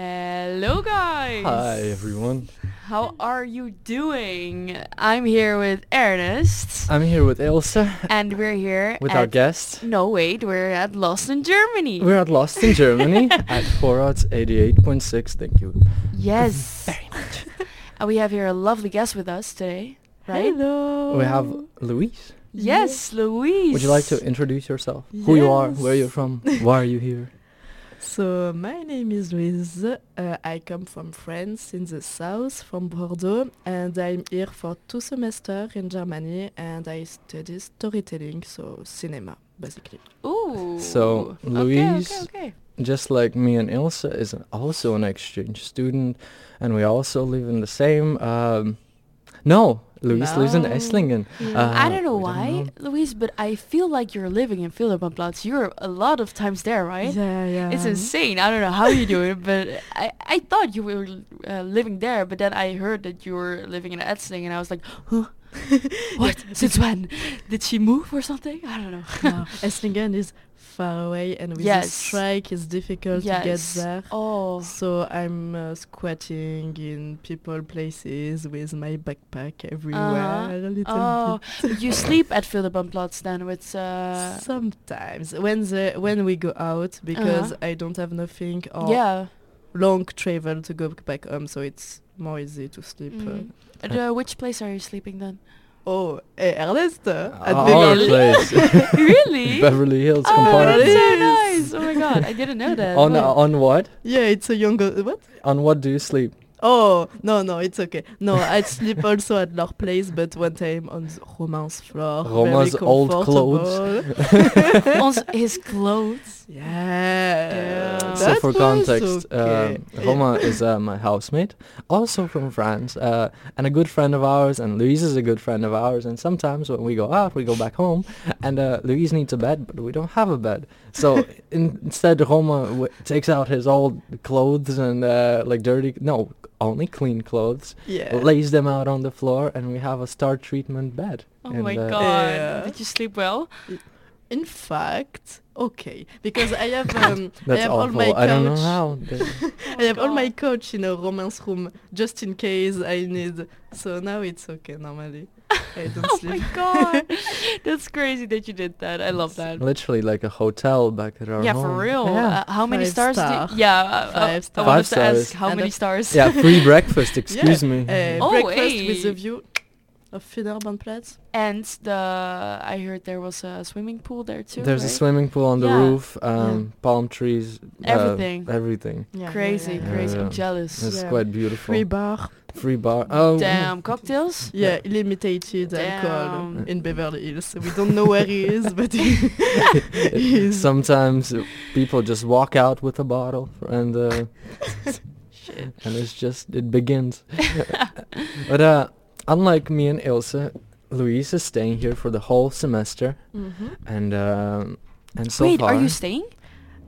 Hello, guys. Hi, everyone. How are you doing? I'm here with Ernest, I'm here with Ilsa, and we're here with at, our guest. No, wait, we're at Lost in Germany. We're at Lost in Germany at 4 odds 88.6. Thank you. yes. Very much. and we have here a lovely guest with us today, right? We have Oh. Louise. Yes, Louise. Would you like to introduce yourself? Who you are, where you're Yes. from, why are you here? So my name is Louise. Uh, I come from France in the south, from Bordeaux, and I'm here for two semesters in Germany, and I study storytelling, so cinema basically. Ooh. So, Okay, Louise- Okay, okay, Just like me and Ilsa is an- also an exchange student, and we also live in the same... Um, no, Louise lives in No. Esslingen. Yeah. Mm, I Uh, don't know we why, know. Louise, but I feel like you're living in Philippenplatz. You're a lot of times there, right? Yeah, yeah. It's insane. I don't know how you do it, but I, I thought you were uh, living there, but then I heard that you were living in Edsling, and I was like, huh? What? Since when? Did she move or something? I don't know. no, Esslingen is far away, and with Yes. the strike, it's difficult to get there. Oh. So I'm uh, squatting in people places with my backpack everywhere. A little Oh, bit. but you sleep at Philippenplatz then with uh Sometimes when the when we go out because Uh-huh. I don't have nothing or yeah. long travel to go back home, so it's more easy to sleep. Mm. Uh, At, uh, which place are you sleeping then? oh, hey, Ernest, uh, at Ah, Our Beverly- place. really? Beverly Hills oh, compartment. that's so nice. Yes. Oh my god, I didn't know that. On, Wow. on what? yeah, it's a younger what? On what do you sleep? Oh no, no, it's okay. No, I sleep also at leur place, but one time on the Romain's floor. very Romain's old clothes. comfortable. On s- his clothes. Yeah. Yeah. So that for was context, okay. um, Roma is uh, my housemate, also from France, uh, and a good friend of ours, and Louise is a good friend of ours, and sometimes when we go out, we go back home, and uh, Louise needs a bed, but we don't have a bed. So in- instead, Roma w- takes out his old clothes and uh, like dirty, no, only clean clothes, Yeah. lays them out on the floor, and we have a star treatment bed. Oh And, my uh, god. Yeah. Did you sleep well? In fact, okay, because I have um, I That's have all awful. my couch. I don't know how. they- I have all my couch in a romance room just in case I need. So now it's okay normally. I don't Oh my sleep. god. That's crazy that you did that. I love that. Literally like a hotel back at our Yeah, home. for real. Yeah. Uh, how many Five stars star. do you, Yeah, uh, Five I stars. wanted Five to ask stars. how And many a- stars. yeah, free breakfast. Excuse me. Uh, Oh, breakfast with hey. the view of Finnerbandplatz. And the I heard there was a swimming pool there too. There's a right? swimming pool on the Yeah. roof, um, palm trees, uh, Everything. everything. Yeah, yeah, Crazy, yeah, yeah. crazy. Yeah. I'm jealous. It's Yeah. quite beautiful. Free Free, bar. bar. Oh, Damn, cocktails? Yeah, limited alcohol Mm. Damn. in Beverly Hills. We don't know where he is, but he yeah. is. Sometimes uh, people just walk out with a bottle, and uh, Shit. and it's just it begins. but uh, unlike me and Ilse, Louise is staying here for the whole semester, Mm-hmm. Mhm. and um, and so Mm. Wait, far. are you staying?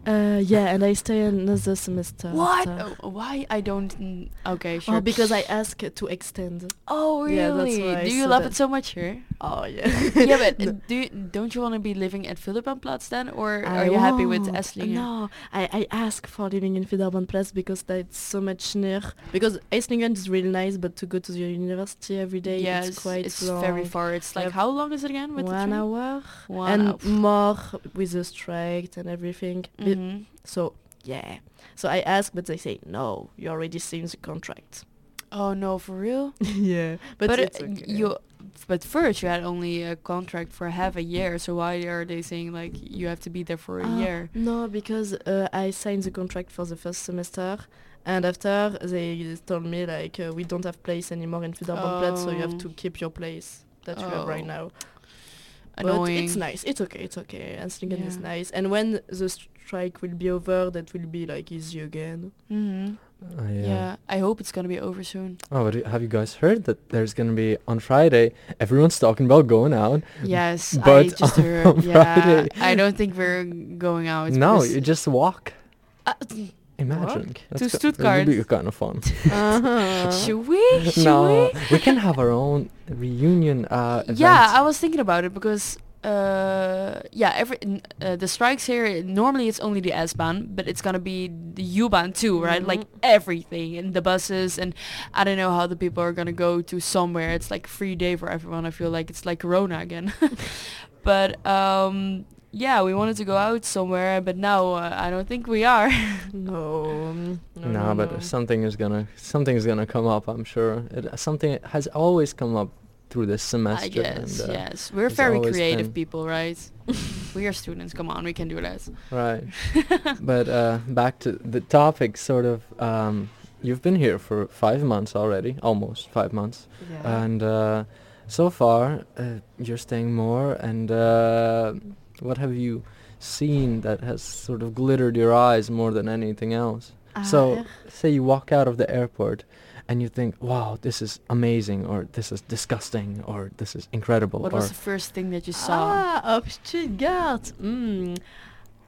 Uh, yeah, and I stay another semester. What? after. Oh, why I don't? mm, Okay, sure. Oh, because I ask to extend. Oh, really? Yeah, that's why I do you said love that. it so much here? Oh yeah. yeah, but No. uh do you, don't you want to be living at Philippenplatz then, or are you happy with won't. Esslingen? No, I, I ask for living in Finderbandplatz because that's so much near. Because Esslingen is really nice, but to go to the university every day, yes, it's quite it's long. very far. It's like Yep. how long is it again with One the train? hour One and hour. more with the strike and everything. Be- Mhm. So yeah, so I ask, but they say no. You already signed the contract. Oh no, for real? yeah, but, uh, it's okay. you, but first you had only a contract for half a year. So why are they saying like you have to be there for a Ah, year? No, because uh, I signed the contract for the first semester, and after they told me like uh, we don't have place anymore in Finderbandplatz, so you Oh. have to keep your place that you have right Oh. now. But Annoying. it's nice. It's okay. It's okay. And Slingen is Yeah. nice. And when the strike will be over, that will be like easy again. hmm Oh, Yeah. I hope it's gonna be over soon. Oh, but have you guys heard that there's gonna be on Friday? Everyone's talking about going out. Yes, I But just on heard. Yeah, Friday- I don't think we're going out. no, because- you just walk. Uh, Imagine To ki- Stuttgart. That would be kind of fun. Uh-huh. should we? Should no, we can have our own reunion. Uh, we? Yeah, event. I was thinking about it because uh, uh, yeah, every n- uh, the strikes here. Normally, it's only the S-Bahn, but it's gonna be the U-Bahn too, right? Like Mhm. Mm-hmm. everything and the buses, and I don't know how the people are gonna go to somewhere. It's like free day for everyone. I feel like it's like Corona again. but um, yeah, we wanted to go out somewhere, but now uh, I don't think we are. No. No, No, but something is gonna something is gonna come up. I'm sure. It, something has always come up through this semester. I guess and, uh, yes, we're there's very always creative been- people, right? we are students. Come on, we can do this. Right. but uh, back to the topic, sort of. Um, you've been here for five months already, almost five months, Uh-huh. Yeah. and uh, so far uh, you're staying more. And uh, what have you seen that has sort of glittered your eyes more than anything else? Ah, Uh, So, say you walk out of the airport and you think, wow, this is amazing, or this is disgusting, or this is incredible, What or was the first thing that you saw? Ah, of Stuttgart. Hmm.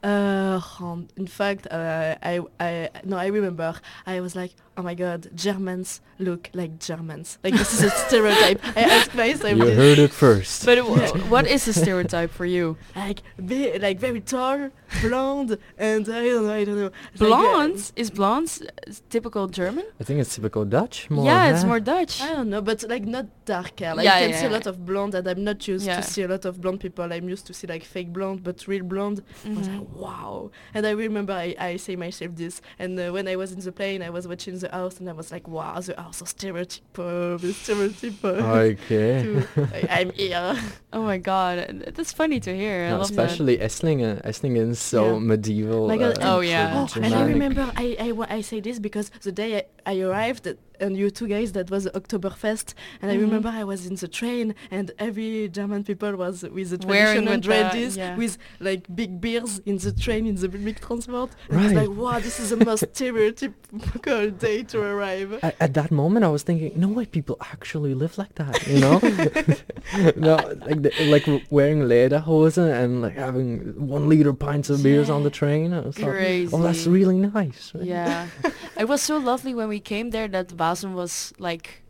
Uh, um, in fact, uh, I, I, no, I remember. I was like, oh my god, Germans look like Germans. Like this is a stereotype. I asked myself. you this. heard it first. But w- what is a stereotype for you? like ve- like very tall, blonde, and I don't know, I don't know. It's like, uh, Blondes is blondes uh, typical German? Ah, I think it's typical Dutch more. yeah, it's huh? more Dutch. I don't know, but like not dark hair. Like Yeah, you can yeah, see a yeah. lot of blonde, and I'm not used Yeah. to see a lot of blonde people. I'm used to see like fake blonde, but real blonde. I was Mhm. like, wow. And I remember I, I say myself this. And uh, when I was in the plane, I was watching the house, and I was like, wow, the house is stereotypical, the stereotypical. Okay. too. I, I'm here. Oh my god, uh, that's funny to hear. I No, love especially Esslingen. Esslingen is so Yeah. medieval. My God, uh, Oh, and yeah. Oh, so and I Germanic. remember I, I, wa- I say this because the day I, I arrived uh, and you two guys, that was Oktoberfest, and I Mhm. remember I was in the train and every German people was with the Wearing traditional with the- dresses, yeah. with like big beers in the train, in the public transport. And Right. It's like, wow, this is the most stereotypical day to arrive. A- at that moment, I was thinking, no way, people actually live like that, you know? no, like the, like w- wearing lederhosen and like having one liter pints of beers on the Yeah. train. I was that. like, Crazy. oh, that's really nice. Yeah. it was so lovely when we came there that Wasm was like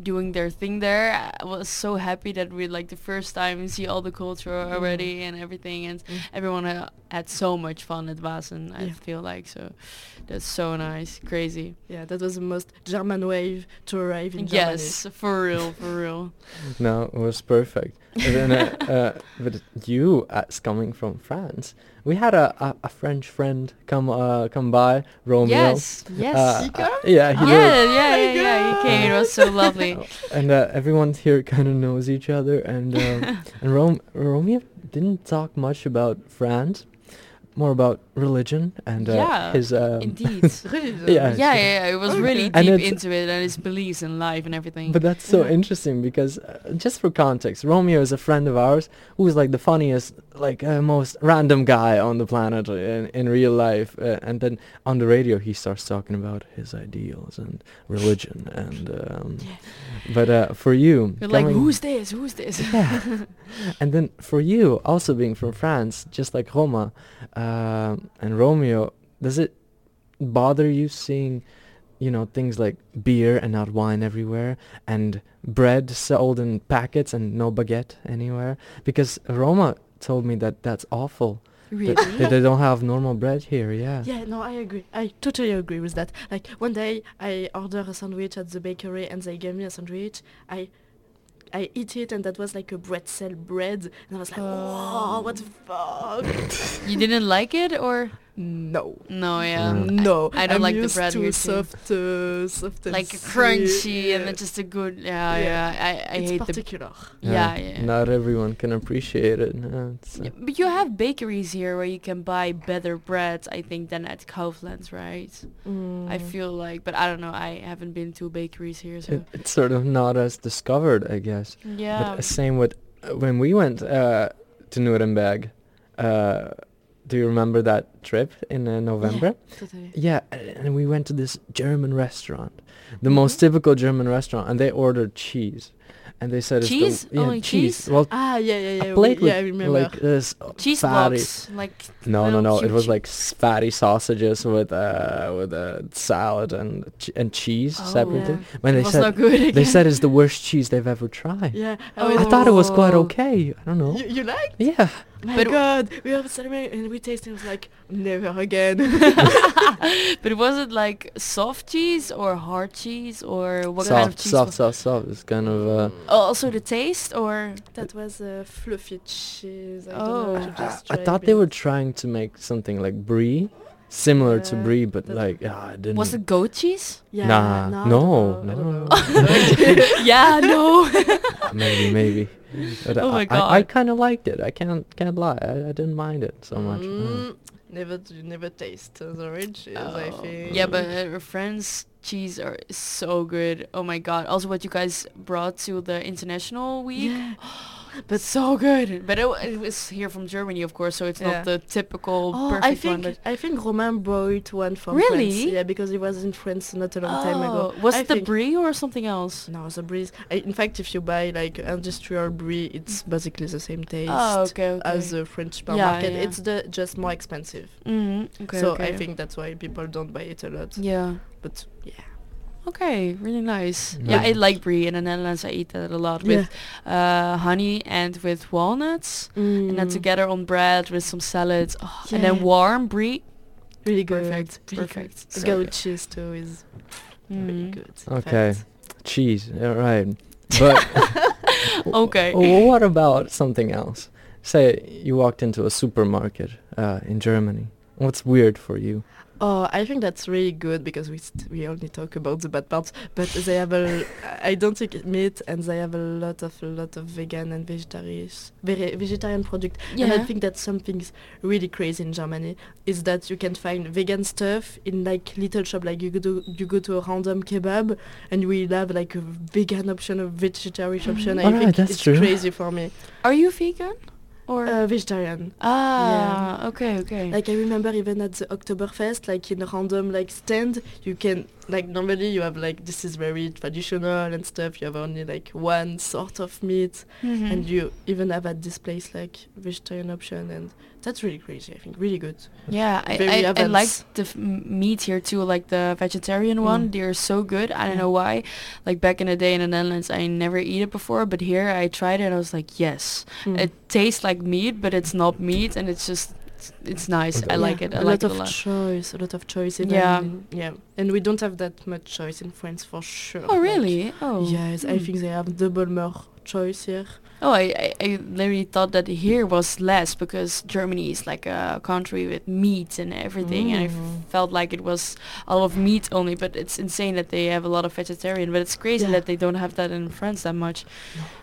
doing their thing there. I was so happy that we like the first time see all the culture already and everything and Mm. everyone uh, had so much fun at Wasm, I Yeah. feel like so that's so nice. Crazy. Yeah, that was the most German wave to arrive in Germany. Yes, for real, for real. No, it was perfect. And then, uh, uh, but you, as coming from France, we had a, a, a French friend come uh, come by, Romeo. Yes, yes. Uh, Chico? uh, yeah, he did. yeah, yeah, my yeah, yeah, he came. It was so lovely. Oh, and uh, everyone here kind of knows each other. And um, and Rome, Romeo didn't talk much about France, more about religion and uh, Yeah, his. Um, Indeed. Religion. yeah, Yeah. yeah, yeah, it was really And deep it's- into it and his beliefs in life and everything. But that's so Yeah. interesting because, uh, just for context, Romeo is a friend of ours who's like the funniest, like uh, most random guy on the planet in, in real life. Uh, and then on the radio, he starts talking about his ideals and religion. And um, but uh, for you, You're like, coming- who's this? Who's this? yeah. and then for you, also being from France, just like Roma um and Romeo, does it bother you seeing, you know, things like beer and not wine everywhere, and bread sold in packets and no baguette anywhere? Because Roma told me that that's awful. Really? That, that they don't have normal bread here. Yeah. Yeah, no, I agree. I totally agree with that. Like one day, I order a sandwich at the bakery, and they gave me a sandwich. I, I eat it, and that was like a pretzel bread, and I was like, "Wow, what the fuck?" You didn't like it or no, no? Yeah, Mm. no, I don't am like the used bread to we're seeing. soft, uh, soft, and like sweet. crunchy and Yeah. then just a good. Yeah, Yeah. yeah. I, I it's hate the. particular. Yeah, yeah. Not everyone can appreciate it. No, it's, uh, Yeah, But you have bakeries here where you can buy better bread, I think, than at Kaufland's, right? Mm. Mm. I feel like, but I don't know. I haven't been to bakeries here, so uh, it, it's sort of not as discovered, I guess. yeah. But uh, same with uh, when we went uh, to Nuremberg. Uh, do you remember that trip in uh, November? totally. Yeah. a- and we Mm-hmm. went to this German restaurant, the most typical German restaurant, and they ordered cheese. and they said it's the- Cheese? yeah, Only cheese? Well, Ah, yeah, yeah, yeah. a we- plate yeah, I with remember. like this Cheese fatty. blocks, like No, no, little no. It cute was cheese- like s- fatty sausages with uh with uh, salad and ch- and cheese Oh, separately. yeah. When it they was said not good. they again. said it's the worst cheese they've ever tried. yeah. I Oh. thought it was quite Oh. okay. I don't know. You, you like? yeah. My But- God, we have celebrated and we tasted. It was like never again. but was it like soft cheese or hard cheese or what kind of soft, cheese? soft, was- soft, soft. It's kind of uh, Oh, also the taste or That was a fluffy cheese. I Oh. don't know. I- You just I, try thought they were bits. trying to make something like brie, similar to Yeah, brie, but that- like ah, it didn't. was it goat cheese? Yeah, Nah, no, no, I no. don't know, I don't know. yeah, no. maybe, maybe. But Oh I, my I, I God. kind of liked it. I can't can't lie. I, I didn't mind it so much. Mm. Mm, never, you never taste the oranges. I Oh, think. Yeah, but uh, Friends cheese are so good. Oh my god! Also, what you guys brought to the international week, Yeah. but so good. But it, wa- it was here from Germany, of course, so it's Yeah. not the typical Oh, perfect I think one. But I think Romain brought one from France. Really? Yeah, because he was in France not a long time ago. Oh, was I it the think- Oh, brie or something else? No, the brie. is- I, in fact, if you buy like industrial brie, it's basically the same taste Oh, okay, okay. as the French Yeah, supermarket. yeah. It's the just more expensive. Mhm, okay, so I okay. think that's why people don't buy it a lot. Yeah. But Mm-hmm, yeah. Okay, really nice. Yeah. Yeah, I like brie in the Netherlands. I eat that a lot with uh, honey and with walnuts, and then together on bread with some salads, Oh, and Mm. Yeah. then warm brie. Really good. Perfect, Really good. perfect. So Goat good. cheese too is really Mm. good. in Okay, fact. cheese. All right, but Okay. w- what about something else? Say you walked into a supermarket uh, in Germany. What's weird for you? Oh, I think that's really good because we st- we only talk about the bad parts, but they have a I don't eat meat and they have a lot of lot of vegan and vegetarian vegetarian product. And I Yeah. think that something's really crazy in Germany is that you can find vegan stuff in like little shop. Like you go to you go to a random kebab and we have like a vegan option, a vegetarian Mm-hmm. option. I Alright, think Oh, that's it's true. crazy for me. Are you vegan? Or Uh, vegetarian. ah, okay, okay. Like I remember even at the Oktoberfest, like in a random like stand, you can like normally you have like this is very traditional and stuff. You have only like one sort of meat, Mhm. and you even have at this place like vegetarian option, and that's really crazy. I think really good. yeah, I, very I, I like advanced. the f- m- meat here too, like the vegetarian one. Mm. They're so good. I don't Yeah. know why. Like back in the day in the Netherlands, I never eat it before, but here I tried it and I was like, yes, Mm. it tastes like meat, but it's not meat, and it's just it's, it's nice. Okay. I like it. I a like it lot a of lot. choice, a lot of choice. Even Yeah. in- yeah, and we don't have that much choice in France for sure. Oh like- really? Oh Yes, I hmm. think they have double more choice here. Oh, I, I, I literally thought that here was less because Germany is like a country with meat and everything, and I Mm. f- felt like it was a lot of meat only. But it's insane that they have a lot of vegetarian. But it's crazy Yeah. that they don't have that in France that much,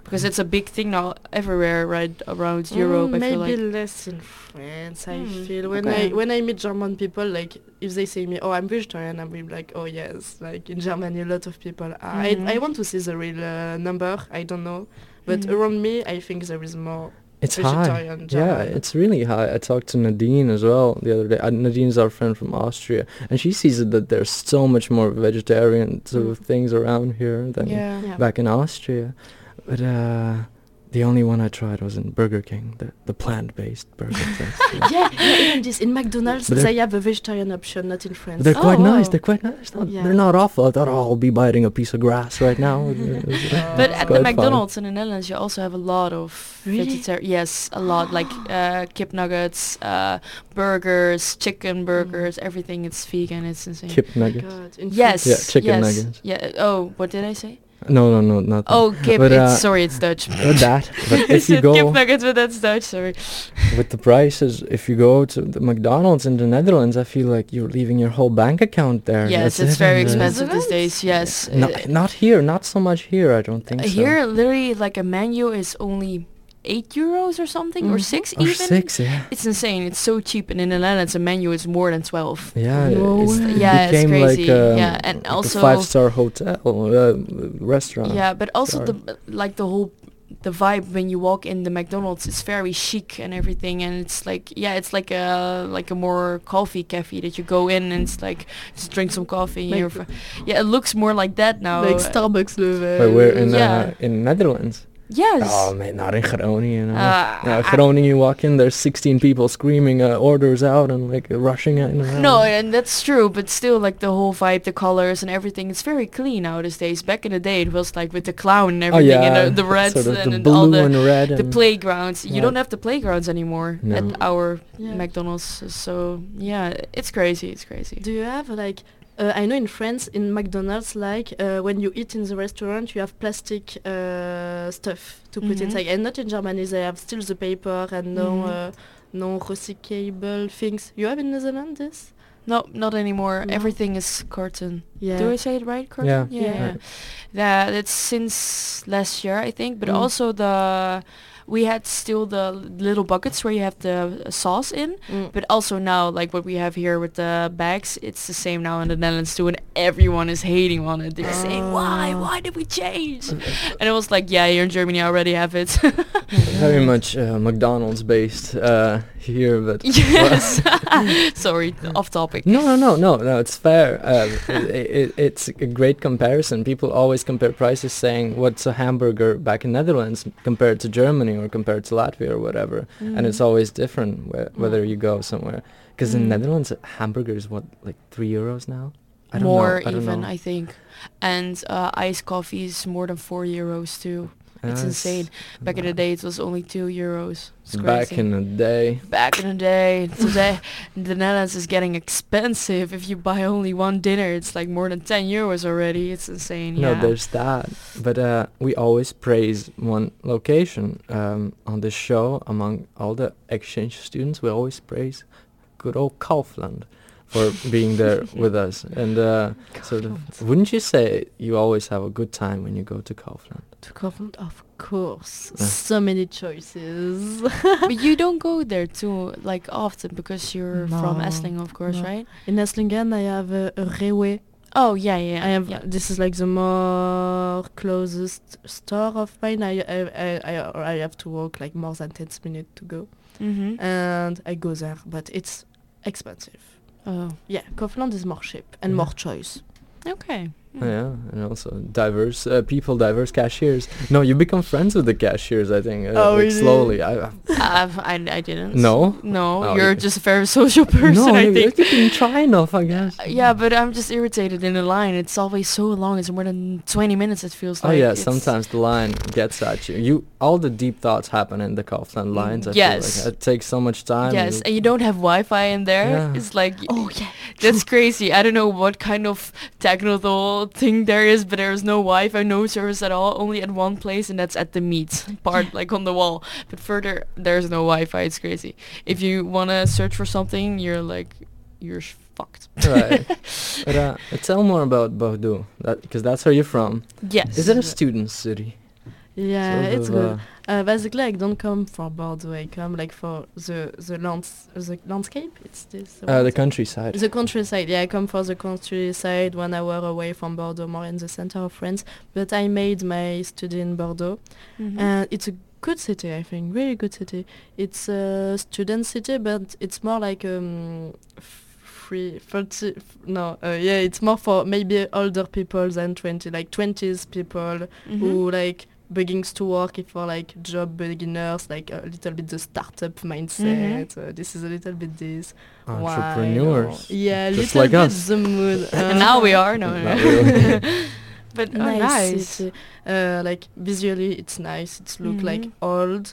because it's a big thing now everywhere right around Europe. Mm, I feel maybe like. less in France. I Hmm, feel when okay. I when I meet German people, like if they say me, "Oh, I'm vegetarian," I'm really like, "Oh yes." Like in Germany, a lot of people. Are. Mhm. I I want to see the real uh, number. I don't know, but Mhm. around me, I think there is more It's high. vegetarian. Yeah, German. it's really high. I talked to Nadine as well the other day. Uh, Nadine's our friend from Austria, and she sees it that there's so much more vegetarian sort of things around here than Mm. Yeah. Yeah. back in Austria. But uh, the only one I tried was in Burger King, the, the plant-based burger place. yeah, yeah, even this in McDonald's But they're- they have a vegetarian option, not in But France. They're Oh, quite nice. wow. They're quite nice. Not, Yeah. They're not awful. I thought oh, I'll be biting a piece of grass right now. But It's at quite the fun. McDonald's in the Netherlands, you also have a lot of Really? vegetarian. Yes, a lot like uh, kip nuggets, uh, burgers, Mm. chicken burgers, everything. It's vegan. It's insane. Kip Oh my nuggets. God, in Yes. Yeah, chicken yes, nuggets. Yeah. Oh, what did I say? No, no, no, not Oh, kip. But, uh, it's, sorry, it's Dutch. Not that. But I if you said kip go nuggets, but that's Dutch. Sorry. with the prices, if you go to the McDonald's in the Netherlands, I feel like you're leaving your whole bank account there. yes, That's it's it, very and, uh, expensive these Netherlands? days. Yes. No, Uh, not here. Not so much here. I don't think so. here, literally, like a menu is only eight euros or something, or Mhm. six Mm-hmm. or even. Oh, six. Yeah. It's insane. It's so cheap, and in the Netherlands, a menu is more than twelve. Yeah, No it's, way. it Yeah, it's became crazy. like um, Yeah, and like also- a five-star hotel uh, restaurant. Yeah, but also Sorry. the like the whole the vibe when you walk in the McDonald's is very chic and everything, and it's like yeah, it's like a like a more coffee cafe that you go in and it's like just drink some coffee. and Like- you're fr- yeah, it looks more like that now. Like Starbucks level. But we're in yeah. uh, in Netherlands. yes. Oh man, not in Groningen. No. Uh, yeah, I- Groningen, you walk in, there's 16 people screaming uh, orders out and like rushing in. and around. No, and that's true, but still, like the whole vibe, the colors and everything, it's very clean nowadays. days. Back in the day, it was like with the clown and oh everything, yeah, and uh, the, the reds sort of and, the and blue all the and red. the and playgrounds. You Yeah. don't have the playgrounds anymore No. at our Yeah. McDonald's. So yeah, it's crazy. It's crazy. Do you have like uh, I know in France in McDonald's like uh, when you eat in the restaurant you have plastic uh, stuff to put Mhm. inside and not in Germany they have still the paper and no Mhm. uh, no recyclable things. You have in Netherlands this? No, not anymore. No. Everything is carton. Yeah. Do I say it right? Carton? Yeah. Yeah. Yeah. yeah. Right. Yeah, That's since last year, I think. But Mm. also the we had still the little buckets where you have the uh, sauce in. Mm. But also now, like what we have here with the bags, it's the same now in the Netherlands too, and everyone is hating on it. They're saying, "Why? Oh. Why did we change?" And it was like, "Yeah, here in Germany, I already have it." Very much uh, McDonald's based uh, here, but yes. Sorry, off topic. No, no, no, no, no. It's fair. Uh, it, it's a great comparison. People always compare prices, saying what's a hamburger back in Netherlands compared to Germany or compared to Latvia or whatever, and it's always different wh- whether you go somewhere. Because in Mm. Netherlands, a hamburger is what like three euros now. I don't more know. I don't even, know. I think. And uh, iced coffee is more than four euros too. it's insane. Back in the day, it was only two euros. It's crazy. Back in the day. Back in the day, today the Netherlands is getting expensive. If you buy only one dinner, it's like more than ten euros already. It's insane. No, yeah. there's that. But uh, we always praise one location um, on the show among all the exchange students. We always praise good old Kaufland for being there with us. And uh, sort of, wouldn't you say you always have a good time when you go to Kaufland? to Covent, of course. Yeah. So many choices. but you don't go there too like often because you're from No, Essling, of course, no. right? in Esslingen I have a, a railway Oh yeah, yeah. I have yeah. this is like the more closest store of mine. I I, I, I, or I have to walk like more than ten minutes to go, Mm-hmm. and I go there, but it's expensive. oh, Yeah, Kaufland is more cheap and Yeah. more choice. okay. Mm. Oh, Yeah, and also diverse uh, people, diverse cashiers. No, you become friends with the cashiers, I think, uh, Oh, like really? slowly. I, I, I've, I, I didn't. no? No, Oh, you're you- just a very social person, no, I you, think. Uh, you didn't try enough, I guess. Yeah, but I'm just irritated in the line. It's always so long. It's more than 20 minutes, it feels Oh like. yeah, It's- sometimes the line gets at you. You all the deep thoughts happen in the Kaufland lines. I Yes. feel like it takes so much time. Yes, and you don't have Wi-Fi in there. Yeah. It's like, Oh yeah, that's crazy. I don't know what kind of technical thing there is, but there is no Wi-Fi, no service at all, only at one place, and that's at the meat part, like on the wall. But further, there's no Wi-Fi. It's crazy. If you want to search for something, you're like, you're sh- fucked. right. But uh, tell more about Bordeaux, because that's where you're from. Yes. Is it Yeah. a student city? yeah, Sort it's of, good. uh, Uh, basically, I don't come for Bordeaux. I come like for the the lands the landscape. It's this. the uh, word? the countryside. The countryside, yeah, I come from the countryside, one hour away from Bordeaux, more in the center of France. But I made my study in Bordeaux, Mhm. and it's a good city, I think, really good city. It's a student city, but it's more like um, f- free, 40, f- no, uh, yeah, it's more for maybe older people than 20, like 20s people Mhm. who like begins to work if for like job beginners, like a little bit the startup Mm-hmm. mindset. Uh, this is a little bit this. Why Ah, Entrepreneurs. not? Yeah, just little like bit us. the mood. And now we are no. Not no. really. but oh, nice. nice. It's, uh, like visually, it's nice. It's look like Mhm. old.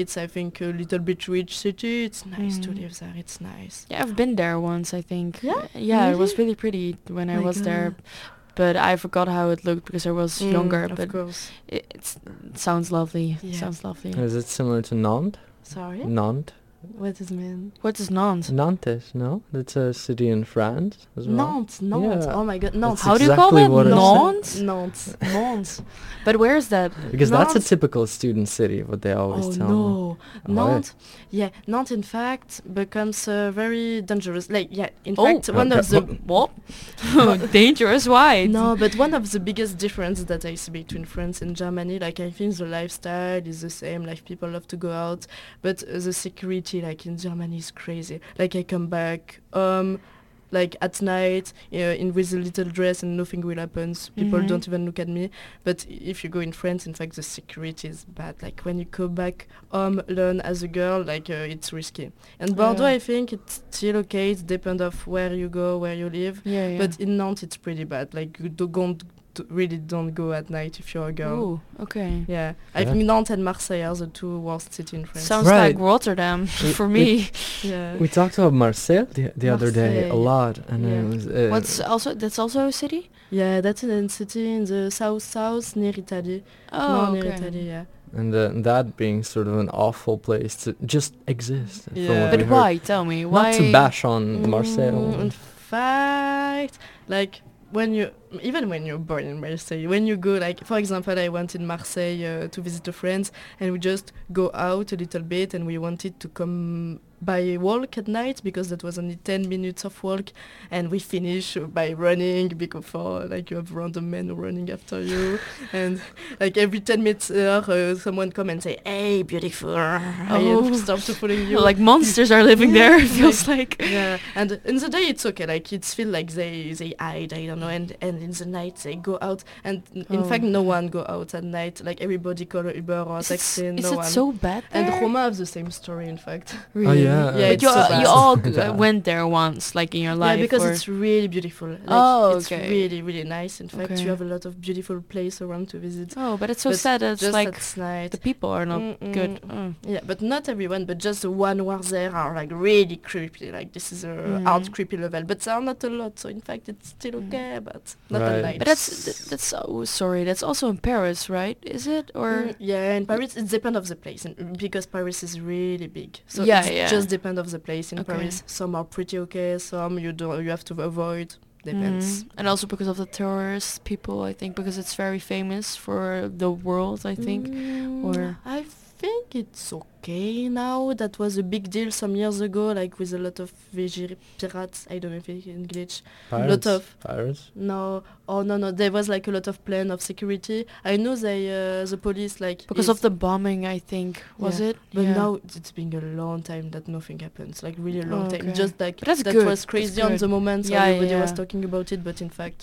It's I think a little bit rich city. It's nice to Mhm. live there. It's nice. Yeah, I've been there once, I think. Yeah? Yeah, it was Really? really pretty when I My was there, God. but I forgot how it looked because I was Mm, younger. of But course. it, it's, it sounds lovely. Yeah. Sounds lovely. Is it similar to Nantes? Sorry. Nantes. What is mean? What is Nantes? Nantes, no? That's a city in France as well. Nantes, Nantes. Yeah. Oh my god, That's Nantes. How do you call exactly it? what I said. Nantes? Nantes. Nantes. But where is that? Because that's Nantes- a typical student city, what they always oh tell me. no, Oh, yeah. Nantes. Yeah, Nantes in fact becomes uh, very dangerous. Like yeah, in Oh. fact one of Okay. the What? Dangerous? Why? No, but one of the biggest difference that I see between France and Germany, like I think the lifestyle is the same, like people love to go out, but uh, the security, like in Germany, is crazy. Like I come back um, like at night, uh, in with a little dress, and nothing will happen. so People Mhm. don't even look at me. But if you go in France, in fact, the security is bad. Like when you go back home, learn as a girl, like uh, it's risky. And Bordeaux, Yeah. I think it's still okay. It depends of where you go, where you live. Yeah, yeah. But in Nantes, it's pretty bad. Like you do, don't d- really don't go at night if you're a girl. Ooh, okay. Yeah, I Yeah. think Nantes and Marseille are the two worst cities in France. Sounds Right. like Rotterdam We- for we- me. yeah. We talked about Marseille the, the other day a Marseille. lot, and Yeah. it was uh, What's also that's also a city? yeah, that's a city in the south south near Italy. Oh, no, near Italy, okay. yeah. and uh, that being sort of an awful place to just exist. from Yeah. what But we heard. why? Tell me. Why? Not to bash on Mm, in Marseille. fact, like when you even when you're born in Marseille, when you go like for example, I went in Marseille uh, to visit a friend, and we just go out a little bit, and we wanted to come by walk at night because that was only 10 minutes of walk and we finish by running because for like you have random men running after you and like every 10 minutes uh, someone come and say hey beautiful Oh. and start to follow you Like monsters are living there. It feels like. yeah and in the day it's okay like it's feel like they they hide i don't know and and in the night they go out and in Oh. fact no one go out at night like everybody call uber or Is it, s- taxi is no it one so bad there? and Roma have the same story in fact Oh yeah, Yeah, uh, But it's you, so all- you bad. all g- uh, Yeah. went there once, like in your life. yeah because or- it's really beautiful like, Oh, okay. it's really really nice in fact Okay. you have a lot of beautiful place around to visit oh, but it's so but sad. that It's just like at night the people are not good. Mm-mm. Mm. Yeah, but not everyone, but just the one who are there are like really creepy. Like this is a Mm. hard creepy level, but there are not a lot. So in fact, it's still Mm. okay, but not Right. at night. But that's th- that's oh sorry. That's also in Paris, right? Is it or Mm, yeah, in Paris it depends of the place, and mm, because Paris is really big, so Yeah, it's yeah. just depend of the place in Okay. Paris. Some are pretty okay, some you do you have to avoid. Depends. Mhm. And also because of the terrorist people, I think, because it's very famous for the world, I Mm. think. or- I think it's okay now. That was a big deal some years ago, like with a lot of VG pirates. I don't know if it's English. Pirates, of- pirates. No, oh no, no. There was like a lot of plan of security. I know they, uh, the police, like Because is- of the bombing, I think, was Yeah. it? But Yeah. now it's been a long time that nothing happens, like really long Oh, Okay. time. Just like But that's that good, was that's crazy on good. the moment, so Yeah, everybody was yeah. talking about it. But in fact,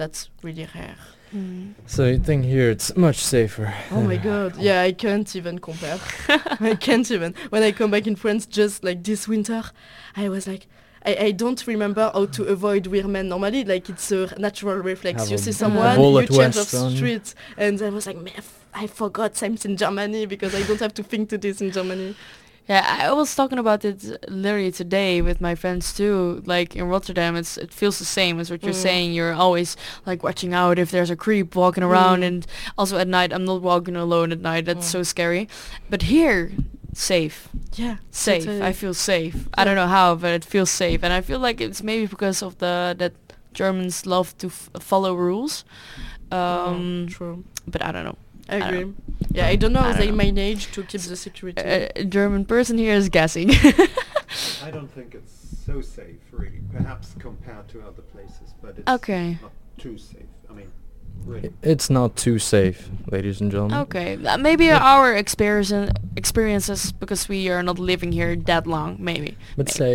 that's really rare. Mm. So you think here it's much safer? Oh my than- god! Yeah, I can't even compare. I can't even. When I come back in France, just like this winter, I was like, I, I don't remember how to avoid women normally. Like it's a natural reflex. Have you a- see a someone, you bullet change of vest on. street, and I was like, "Man, f- I forgot I'm in Germany because I don't have to think to this in Germany. Yeah, I was talking about it literally today with my friends too. Like in Rotterdam, it's it feels the same as what you're Mm. saying. You're always like watching out if there's a creep walking around, Mm. and also at night, I'm not walking alone at night. That's Mm. so scary. But here, safe. Yeah, safe. I totally. feel safe. I don't know how, but it feels safe, and I feel like it's maybe because of the that Germans love to f- follow rules. Um, Oh, true. but I don't know. I I don't agree. yeah, I don't know I how don't they know. Uh, manage to keep the security. A, a German person here is guessing. I don't think it's so safe, really. Perhaps compared to other places, but it's Okay. not too safe. I mean, really. It's not too safe, ladies and gentlemen. okay, uh, maybe Yeah. our experience experiences because we are not living here that long. Maybe. Maybe. But say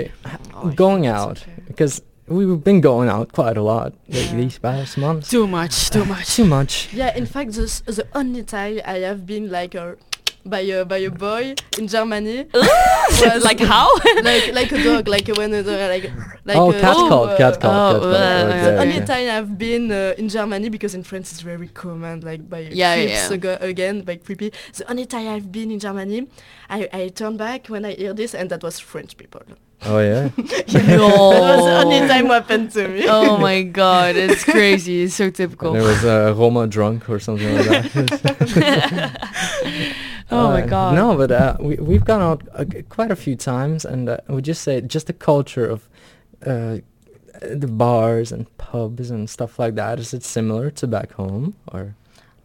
Oh, I going think it's out okay. because we've been going out quite a lot like, Yeah. these past months. too much, too much. Too much. Yeah, in fact, the s- the only time I have been like a by a by a boy in Germany, was- like how? like like a dog, like when a dog, like like oh, a- cat oh, call, cat call, oh, uh, cat call. okay, yeah, The yeah, only okay. time I've been uh, in Germany because in France it's very common, like by Yeah, yeah, creeps yeah. ago- again, by creepy. The only time I've been in Germany, I, I turned back when I hear this, and that was French people. Oh yeah. No. That was the only time happened to me. oh my god, it's crazy. It's so typical. There was a Roma drunk or something like that. Oh my Uh, god. No, but uh, we we've gone out uh, g- quite a few times, and uh, we just say just the culture of uh, the bars and pubs and stuff like that. Is it similar to back home or?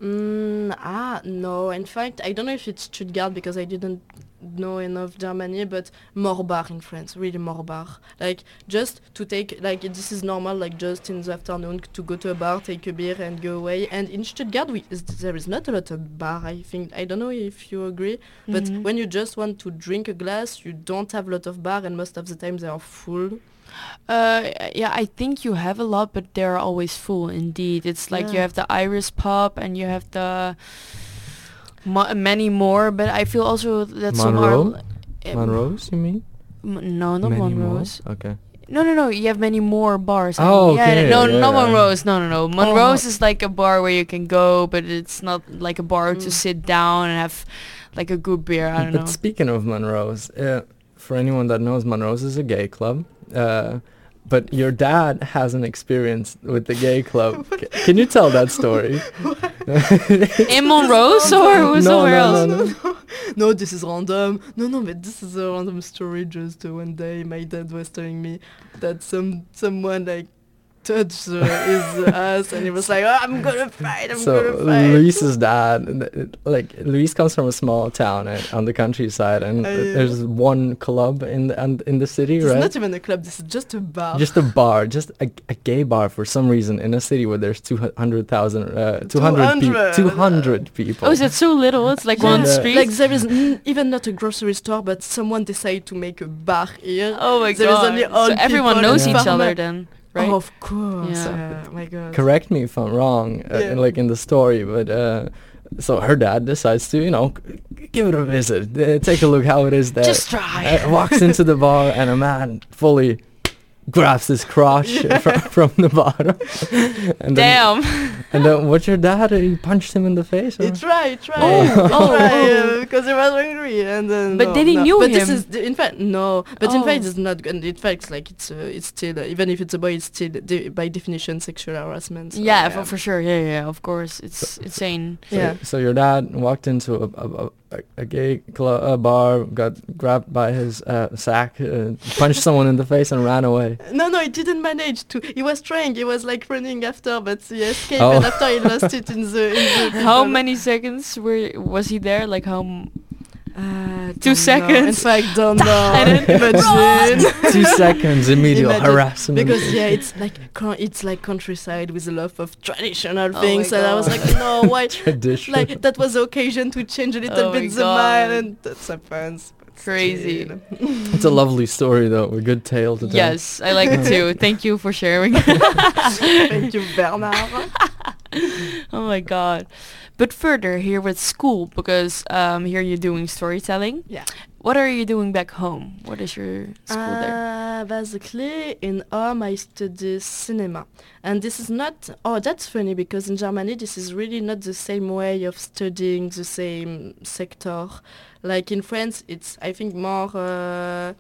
Mm, ah, no. In fact, I don't know if it's Stuttgart because I didn't know enough Germany, but more bar in France, really more bar. Like just to take, like this is normal, like just in the afternoon to go to a bar, take a beer, and go away. And in Stuttgart, we is, there is not a lot of bar. I think I don't know if you agree, but Mhm. when you just want to drink a glass, you don't have a lot of bar, and most of the time they are full. Uh, yeah, I think you have a lot, but they're always full. Indeed, it's like you Yeah. have the Iris pub and you have the mo- many more. But I feel also that some Monroe? are eh, Monroe's, you mean? M- no, not Many more? Monroe's. Okay. No, no, no. You have many more bars. I Oh, mean. Yeah, okay, no, yeah. not Monroe's. No, no, no. Oh, Monroe's is like a bar where you can go, but it's not like a bar to Mm. sit down and have like a good beer. I don't but know. speaking of Monroe's, uh, for anyone that knows, Monroe's is a gay club. Uh, but your dad has an experience with the gay club. C- Can you tell that story? In Monroe's or was No, somewhere no, else? no, no. no, this is random. No, no, but this is a random story. Just uh, one day, my dad was telling me that some someone like touched uh, his ass, and he was like, oh, "I'm gonna fight. I'm so gonna fight." Luis's dad, th- th- like Luis, comes from a small town uh, on the countryside, and Uh, there's one club in the and in the city, It's right? not even a club. This is just a bar. Just a bar, just a, a gay bar for some reason in a city where there's 200,000, uh, 200, 200. peop 200 people. Oh, is it so little? It's like Yeah. one And, uh, street. Like there is n- even not a grocery store, but someone decided to make a bar here. Oh my There is god. only so old everyone people knows and each other farmer. then, right? Oh, of course. Yeah. Yeah. Oh, my God. correct me if I'm wrong, uh, Yeah. like in the story, but uh, so her dad decides to, you know, g- g- give it a visit, uh, take a look how it is there. Just try. Uh, walks into the bar and a man fully grabs his crotch from, from the bottom. and Then, Damn. and then what's your dad? He punched him in the face? or- He tried, tried, Oh, he oh, tried, oh. uh, because he was angry, and then. But no, then he no. knew but this him. is the- in fact no. But in fact, Oh. it's not. good. In fact, like it's uh, it's still uh, even if it's a boy, it's still de- by definition sexual harassment. so, yeah, for, for sure. Yeah, yeah, of course. It's insane. So, Yeah. so your dad walked into a, a, a- a, a gay club, a bar, got grabbed by his uh, sack, uh, punched someone in the face, and ran away. No, no, he didn't manage to. He was trying. He was like running after, but he escaped, Oh. and after he lost it in the. In the How people. many seconds were was he there? Like how? m- Uh, Two don't know. In seconds. fact, don't know. I don't- Imagine. Two seconds, immediate Imagine- harassment. because yeah it's like con- it's like countryside with a lot of traditional Oh my things and i was God. like no why Tradition. like that was the occasion to change a little Oh my bit the God. mind and that's happens but Crazy. still. it's a lovely story, though. A good tale to tell. Yes, I like it too. Thank you for sharing. thank you bernard oh my god! But further here with school because um, here you're doing storytelling. yeah What are you doing back home? What is your school there? Uh, basically, in home I study cinema, and this is not. Oh, that's funny because in Germany this is really not the same way of studying the same sector. Like in France, it's I think more uh,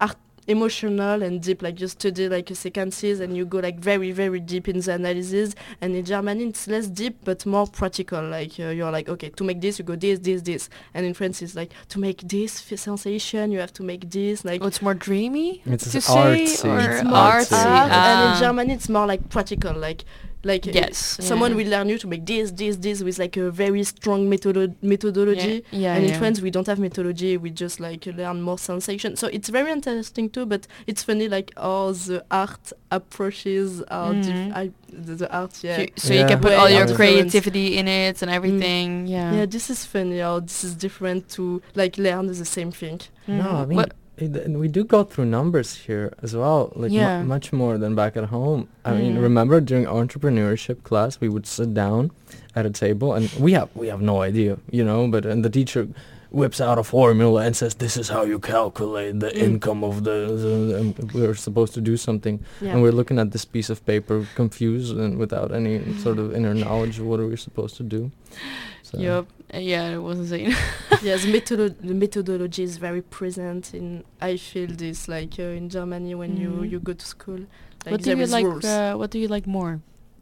art, emotional and deep. Like you study like sequences and you go like very very deep in the analysis. And in Germany it's less deep but more practical. Like uh, you're like okay to make this you go this this this. And in France it's like to make this f- sensation you have to make this like Oh, it's more dreamy. It's to artsy. Um, say, or artsy. It's Um, artsy. art, and Ah. in Germany it's more like practical, like like uh, Yes, someone yeah. will learn you to make this, this, this with like a very strong methodo- methodology. Yeah, yeah, and yeah. in France we don't have methodology, we just like learn more sensation. So it's very interesting too, but it's funny like all the art approaches are Mhm. diff- I, the, the art, yeah. You- so you Yeah. can put Way all your of influence. creativity in it and everything. Mm. Yeah. yeah, this is funny. Or this is different to like learn the same thing. No, I Mm. mean, What- it, and we do go through numbers here as well, like mu- Yeah. much more than back at home. I mean, Mm. remember during entrepreneurship class, we would sit down at a table, and we have we have no idea, you know. But and the teacher whips out a formula and says, "This is how you calculate the income of the." the- and we're supposed to do something, Yeah. and we're looking at this piece of paper, confused and without any sort of inner knowledge of what are we supposed to do. So. Yup. Uh, Yeah, it was insane. yes, methodo- the methodology is very present in. I feel this like uh, in Germany when you Mhm. you go to school. Like what do there you is like? rules. Uh, what do you like more?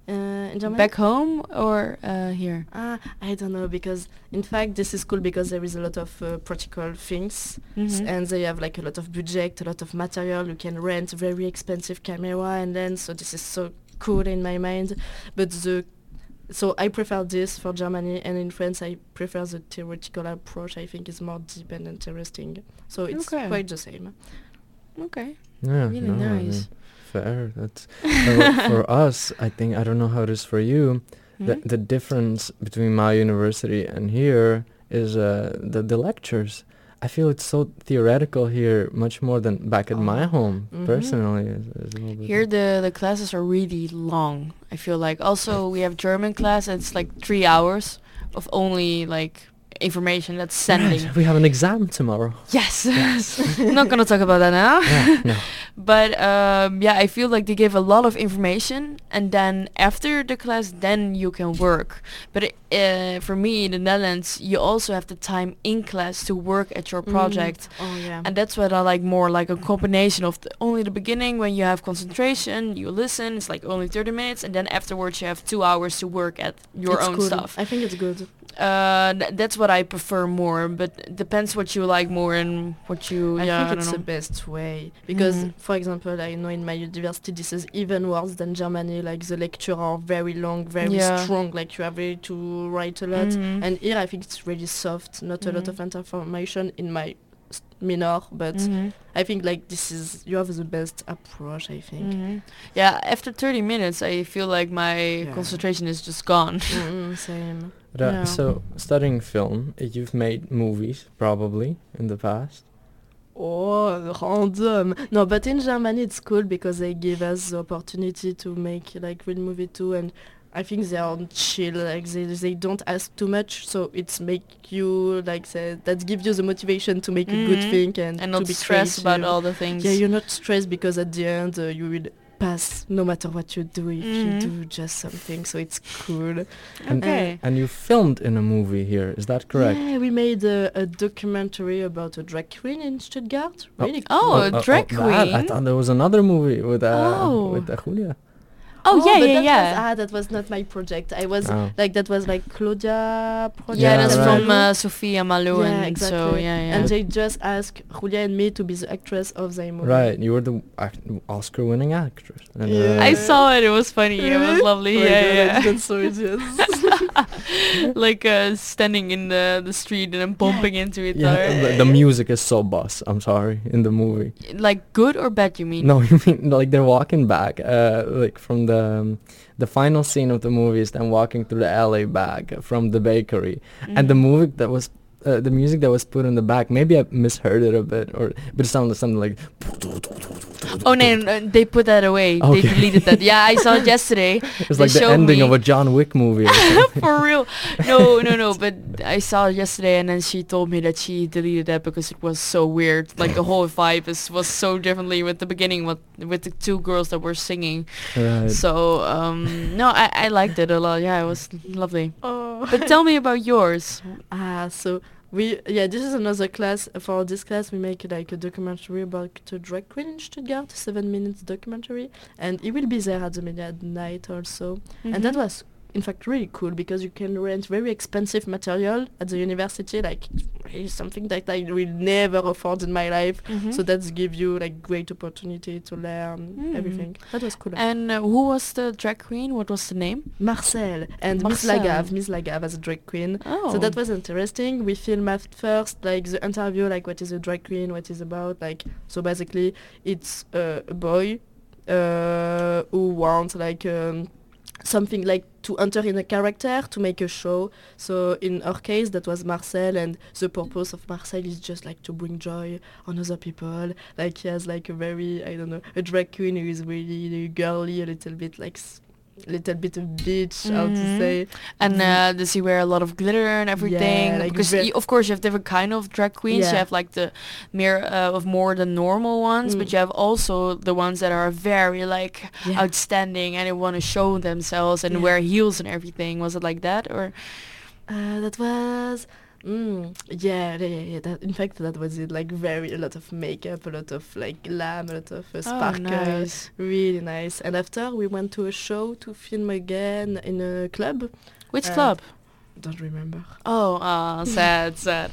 uh, in Germany? Back home or uh, here? Ah, I don't know because in fact this is cool because there is a lot of uh, practical things s- Mhm. and they have like a lot of budget, a lot of material. You can rent very expensive camera and lens, so this is so cool in my mind. But the so I prefer this for Germany and in France I prefer the theoretical approach. I think is more deep and interesting. So it's Okay. quite the same. Okay. Yeah, Really no, I nice. mean, fair. That's uh, for us. I think I don't know how it is for you. The Mhm. the difference between my university and here is uh, the the lectures. I feel it's so theoretical here, much more than back at my Oh. home. Mhm. Personally, is, is a little bit Here the the classes are really long. I feel like also we have German class and it's like three hours of only like information that's sending. Right, we have an exam tomorrow. Yes. I'm not gonna talk about that now. Yeah, no. But um, yeah, I feel like they give a lot of information, and then after the class, then you can work. But uh, for me, in the Netherlands, you also have the time in class to work at your project, Oh yeah. and that's what I like more, like a combination of the, only the beginning when you have concentration, you listen, it's like only 30 minutes, and then afterwards you have two hours to work at your It's own cool. stuff. I think it's good. Uh, th- that's what I prefer more, but it depends what you like more and what you. I Oh, yeah, think I it's don't the know. best way because, Mhm. for example, I know in my university this is even worse than Germany. Like the lecture are very long, very Yeah. strong. Like you have really to write a lot. Mhm. And here I think it's really soft. Not a lot Mhm. of information in my s- minor, but Mhm. I think like this is you have the best approach. I think. Mhm. Yeah, after 30 minutes, I feel like my Yeah. concentration is just gone. Mm, same. Ra- Yeah. uh, So studying film, uh, you've made movies probably in the past. Oh, random. No, but in Germany it's cool because they give us the opportunity to make like real movie too, and I think they are chill. Like they, they don't ask too much, so it's make you like say, that gives you the motivation to make a good Mhm. thing Mm. and, and to not be stress about creative. all the things. Yeah, you're not stressed because at the end uh, you will pass no matter what you do if Mhm. you do just something. So it's cool. And- okay. And you filmed in a movie here. Is that correct? Yeah, we made a, a documentary about a drag queen in Stuttgart. Oh. Really Oh, a drag that- I queen? thought there was another movie with uh, Oh. with uh, Julia. oh, yeah, but yeah, that yeah. Was, ah, that was not my project. I was Oh. like that was like Claudia project. yeah, Yeah, that's right. from uh, Sophia Malou Yeah, and so exactly. yeah, yeah. And they just asked Julia and me to be the actress of their movie. Right, you were the act- Oscar-winning actress. And, uh, Yeah. I saw it. It was funny. It was Really? lovely. Oh my God, yeah, I yeah. didn't saw it, yes. like uh, standing in the, the street and then bumping into each Yeah, other. the, the music is so boss. I'm sorry, in the movie. Like good or bad? You mean? No, you mean like they're walking back, uh, like from the um, the final scene of the movie is them walking through the alley back from the bakery, and the Mhm. movie that was. Uh, the music that was put in the back, maybe I misheard it a bit, or but it sounded something like Oh no, no, no, they put that away. They Okay. deleted that. Yeah, I saw it yesterday. it's They like the showed ending me- of a John Wick movie. or something. For real. No, no, no. But I saw it yesterday, and then she told me that she deleted that because it was so weird. Like the whole vibe is, was so differently with the beginning, with with the two girls that were singing. Right. So um, no, I, I liked it a lot. Yeah, it was lovely. oh. But tell me about yours. Ah, so we yeah, this is another class. For this class, we make like a documentary about the drag queen in Stuttgart, seven minutes documentary, and it will be there at the midnight also. and that was in fact really cool because you can rent very expensive material at the university like really something that i will never afford in my life Mhm. so that's give you like great opportunity to learn Mm. everything that was cool And uh, who was the drag queen? What was the name? marcel and miss Marcel. lagave miss lagave as a drag queen Oh, so that was interesting. We film at first, like the interview, like what is a drag queen, what is about, like so basically it's uh, a boy uh, who wants like um, something like to enter in a character to make a show. So in our case, that was Marcel, and the purpose of Marcel is just like to bring joy on other people. Like he has like a very I don't know a drag queen who is really girly, a little bit like. s- little bit of bitch how to Mhm. say And Mm. uh, does he wear a lot of glitter and everything? like because ve- you, of course you have different kind of drag queens. You Yeah. have like the mere uh, of more than normal ones, but Mm. you have also the ones that are very like Yeah. outstanding and they want to show themselves and Yeah. wear heels and everything. Was it like that or? Uh, that was Mm, yeah, yeah, yeah, yeah. That, in fact, that was it. Like very a lot of makeup, a lot of like glam, a lot of uh, Oh, sparkle. nice. Really nice. And after we went to a show to film again in a club. Which Uh, club? Don't remember. Oh, ah, sad, sad.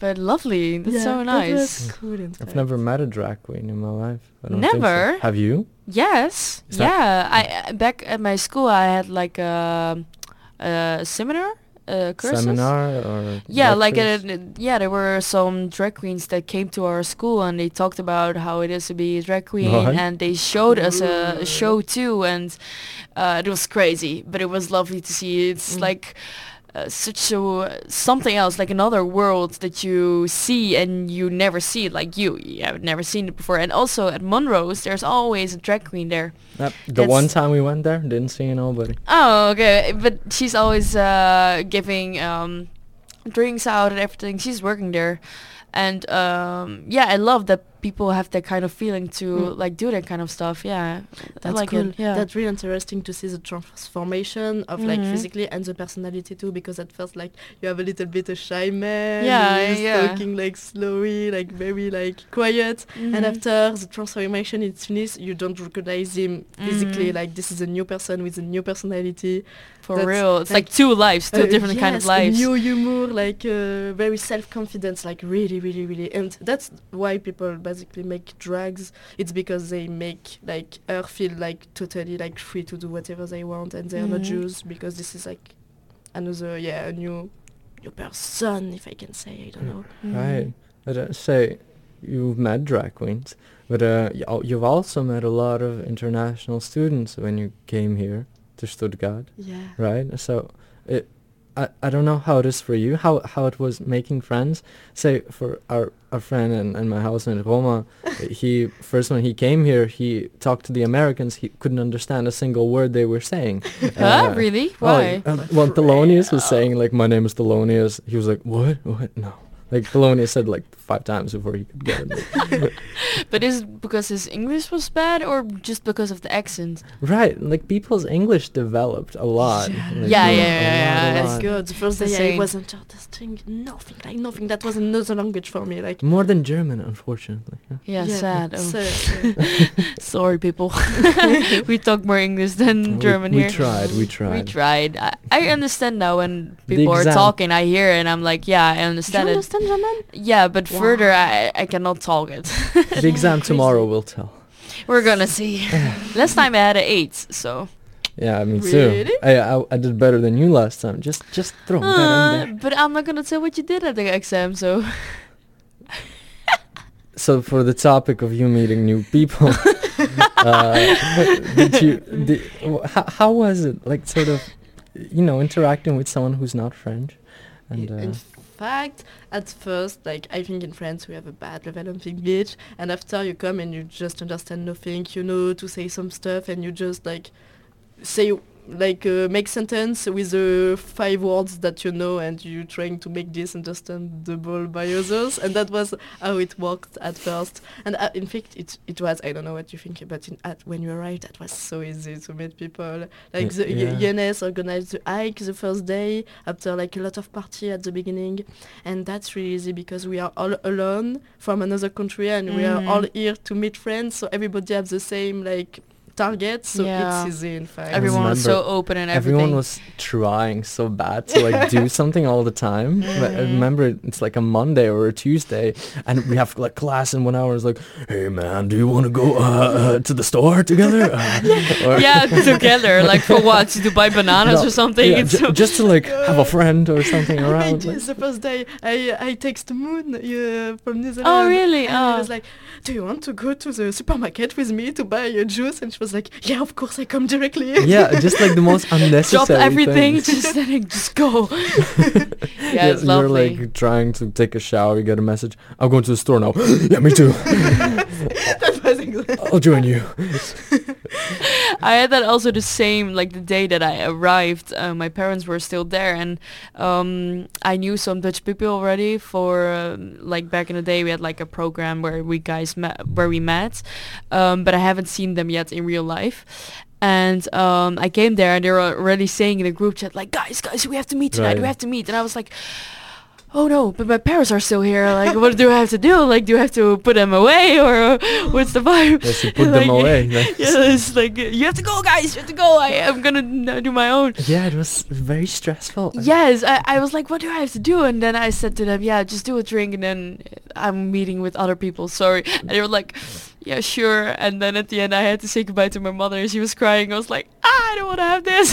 But lovely. That's Yeah, so That nice. was cool. In I've fact. never met a drag queen in my life. I don't think so. Never? Have you? Yes. Is that- yeah. I I- back at my school, I had like a, a seminar, uh curses. Seminar or Yeah, like lectures? uh, yeah, there were some drag queens that came to our school and they talked about how it is to be a drag queen, Right. and they showed us a, Ooh. a show too, and uh, it was crazy, but it was lovely to see. It's Mm. like. Uh, such a something else like another world that you see and you never see it like you you have never seen it before and also at monroe's there's always a drag queen there Yep, the one that's- time we went there, didn't see nobody. Oh, okay. But she's always uh, giving um, drinks out and everything. She's working there, and um, yeah, I love that people have that kind of feeling to Mm. like do that kind of stuff. Yeah, I That's Hmm. like cool. it. Yeah. That's really interesting to see the transformation of like Mhm. physically and the personality too, because at first like you have a little bit a shy man, Yeah, who is yeah. talking like slowly, like very like quiet, and Mhm. after the transformation is finished, you don't recognize him physically. Mhm. Like this is a new person with a new personality, for that's real. It's like- like, two lives, two Uh, different kind of yes, a lives. new humor, like uh, very self-confidence, like really, really, really, and that's why people basically make drugs. It's because they make like her feel like totally like free to do whatever they want, and they are not Mhm. Jews because this is like another yeah a new new person, if I can say. I don't Mm. know. Right. But uh, say you've met drag queens, but uh, y- al- you've also met a lot of international students when you came here to Stuttgart, Yeah. right? So it, I, I don't know how it is for you, how how it was making friends. Say for our our friend and, and my housemate Roma, uh, he first when he came here, he talked to the Americans. He couldn't understand a single word they were saying. Huh? Uh, really? Oh, Why? uh, well, Thelonious was saying like, "My name is Thelonious." He was like, "What? What? No." Like Thelonious said like five times before he could get it. But is it because his English was bad, or just because of the accent? right, like people's English developed a lot. Yeah. like, Yeah, a yeah, yeah, lot, a yeah, That's lot. good. The first It's day I insane. wasn't understanding nothing, like nothing. That was another language for me. Like More than German, unfortunately. yeah. Yeah, Yeah, sad. Oh. so- so- Sorry, people. we talk more English than We- Mm, German we, here. tried. We tried. We tried. I, I understand now when people are exam. talking. I hear it and I'm like, yeah, I understand it. understand German? Yeah, but further, Wow. I, I cannot talk it. The exam Crazy. tomorrow will tell. We're gonna see. last time I had an eight, so. Yeah, I mean, too. Really? I, I I did better than you last time. Just just throw that Uh, in there. but I'm not gonna tell what you did at the exam, so. So for the topic of you meeting new people, uh, did you? Did, wh- how, how was it? Like sort of, you know, interacting with someone who's not French, and in uh, fact, at first, like I think in France we have a bad level of English, and after you come and you just understand nothing, you know, to say some stuff, and you just like say like uh, make sentence with the five words that you know, and you trying to make this understandable by others, and that was how it worked at first. And uh, in fact, it it was I don't know what you think, but in, at, when you arrived, that was so easy to meet people. Like Y- the yeah. yeah. Yannis organized the hike the first day after like a lot of party at the beginning, and that's really easy because we are all alone from another country and we are Mhm. all here to meet friends, so everybody has the same like target, so Yeah. it's easy in fact. Everyone was so remember open and everything. everyone was trying so bad to like do something all the time. But I Mhm. remember, it- it's like a Monday or a Tuesday, and we have like class in one hour. It's like, hey man, do you want to go uh, uh, to the store together? Uh, or- yeah, together. Like, for what? To buy bananas No, or something? yeah, It's ju- so- just to like have a friend or something I around. did like- the first day I I text Moon uh, from New Zealand. oh, really? And I Oh. was like, "Do you want to go to the supermarket with me to buy a juice?" And she was like, "Yeah, of course, I come directly." yeah, just like the most unnecessary. Drop everything, things. just, just go. yeah, it's you're lovely. like trying to take a shower. You get a message. I'm going to the store now. yeah, me too. that was exactly. I'll join you. I had that also the same like the day that I arrived. Uh, my parents were still there, and um, I knew some Dutch people already. For um, like back in the day, we had like a program where we guys met, where we met, um, but I haven't seen them yet in real life. And um, I came there, and they were already saying in the group chat, like, guys, guys, we have to meet tonight. Right. We have to meet. And I was like. oh no, but my parents are still here. Like, what do I have to do? Like, do I have to put them away or uh, what's the vibe? Yes, you put them away. yeah, it's like you have to go, guys. You have to go. I am gonna n- do my own. Yeah, it was very stressful. and- Yes, I, I was like, what do I have to do? And then I said to them, yeah, just do a drink, and then I'm meeting with other people. Sorry, and they were like, yeah, sure. And then at the end, I had to say goodbye to my mother, and she was crying. I was like, ah, I don't want to have this.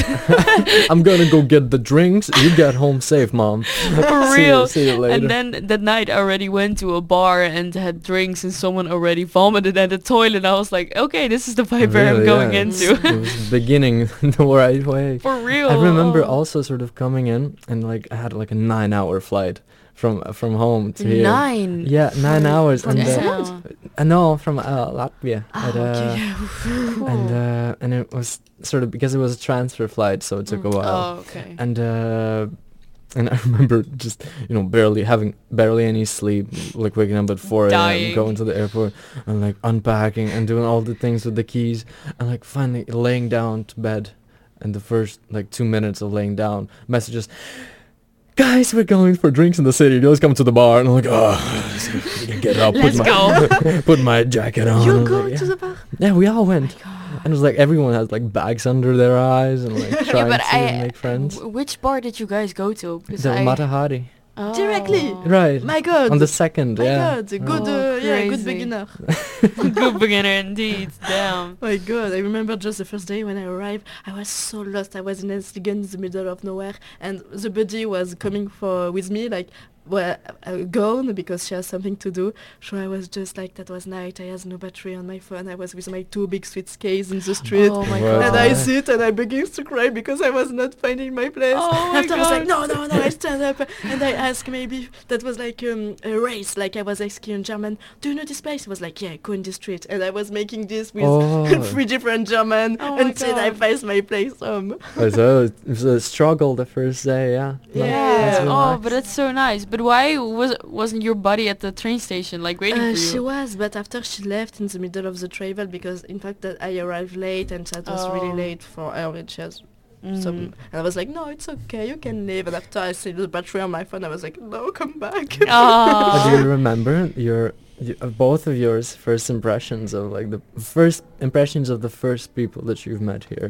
I'm gonna go get the drinks. You get home safe, mom. For See you- real. see you later. And then that night, I already went to a bar and had drinks, and someone already vomited at the toilet. I was like, okay, this is the vibe where I'm Really, going yeah. into. it was beginning the right way. For real. I remember oh. also sort of coming in and like I had like a nine-hour flight from from home to here. nine. Yeah, nine hours. From And uh, Iceland? uh, no, from uh, Latvia. Ah, And, okay, uh, yeah. and uh, and it was sort of because it was a transfer flight, so it took a Mm. while. Oh, okay. and uh and I remember just you know barely having barely any sleep, like waking up at 4 a.m., Dying. going to the airport and like unpacking and doing all the things with the keys, and like finally laying down to bed. And the first like two minutes of laying down, messages, guys, we're going for drinks in the city. Let's come to the bar. And I'm like, oh, get up, put Let's my, go. put my jacket on. You I'm go like, to yeah. the bar. yeah, we all went. Oh And it was like everyone has like bags under their eyes and like trying but to I- make friends. Wh- Which bar did you guys go to? Because The I- Matahari. Oh. Directly. Right. My God. On the second, My yeah. God. Good. Oh, uh, yeah. Good crazy. beginner. Good beginner indeed. Damn. My God, I remember just the first day when I arrived, I was so lost. I was in Enslingen in the middle of nowhere, and the buddy was coming for with me, like, well, uh, gone because she has something to do. So I was just like, that was night. I had no battery on my phone. I was with my two big suitcases in the street. Oh my Wow. god. And I Wow. sit and I begin to cry because I was not finding my place. Oh my After I was like, no, God. no, no, I stand up. And I ask maybe, that was like um, a race, like I was asking in German, do you know this place? He was like, yeah, go in the street. And I was making this with Oh. three different German Oh my until I God. find my place home. Oh, so it was a struggle the first day, yeah. Yeah. Yeah. that's Oh, relaxed. but that's so nice. But why was wasn't your buddy at the train station like waiting Uh, for you? she was, but after she left in the middle of the travel because in fact that I arrived late and that was really Oh. late for her and she has some. Mm. And I was like, no, it's okay, you can leave. And after I see the battery on my phone, I was like, no, come back. Oh, Aw. do you remember your, y uh, both of yours first impressions of like the first impressions of the first people that you've met here?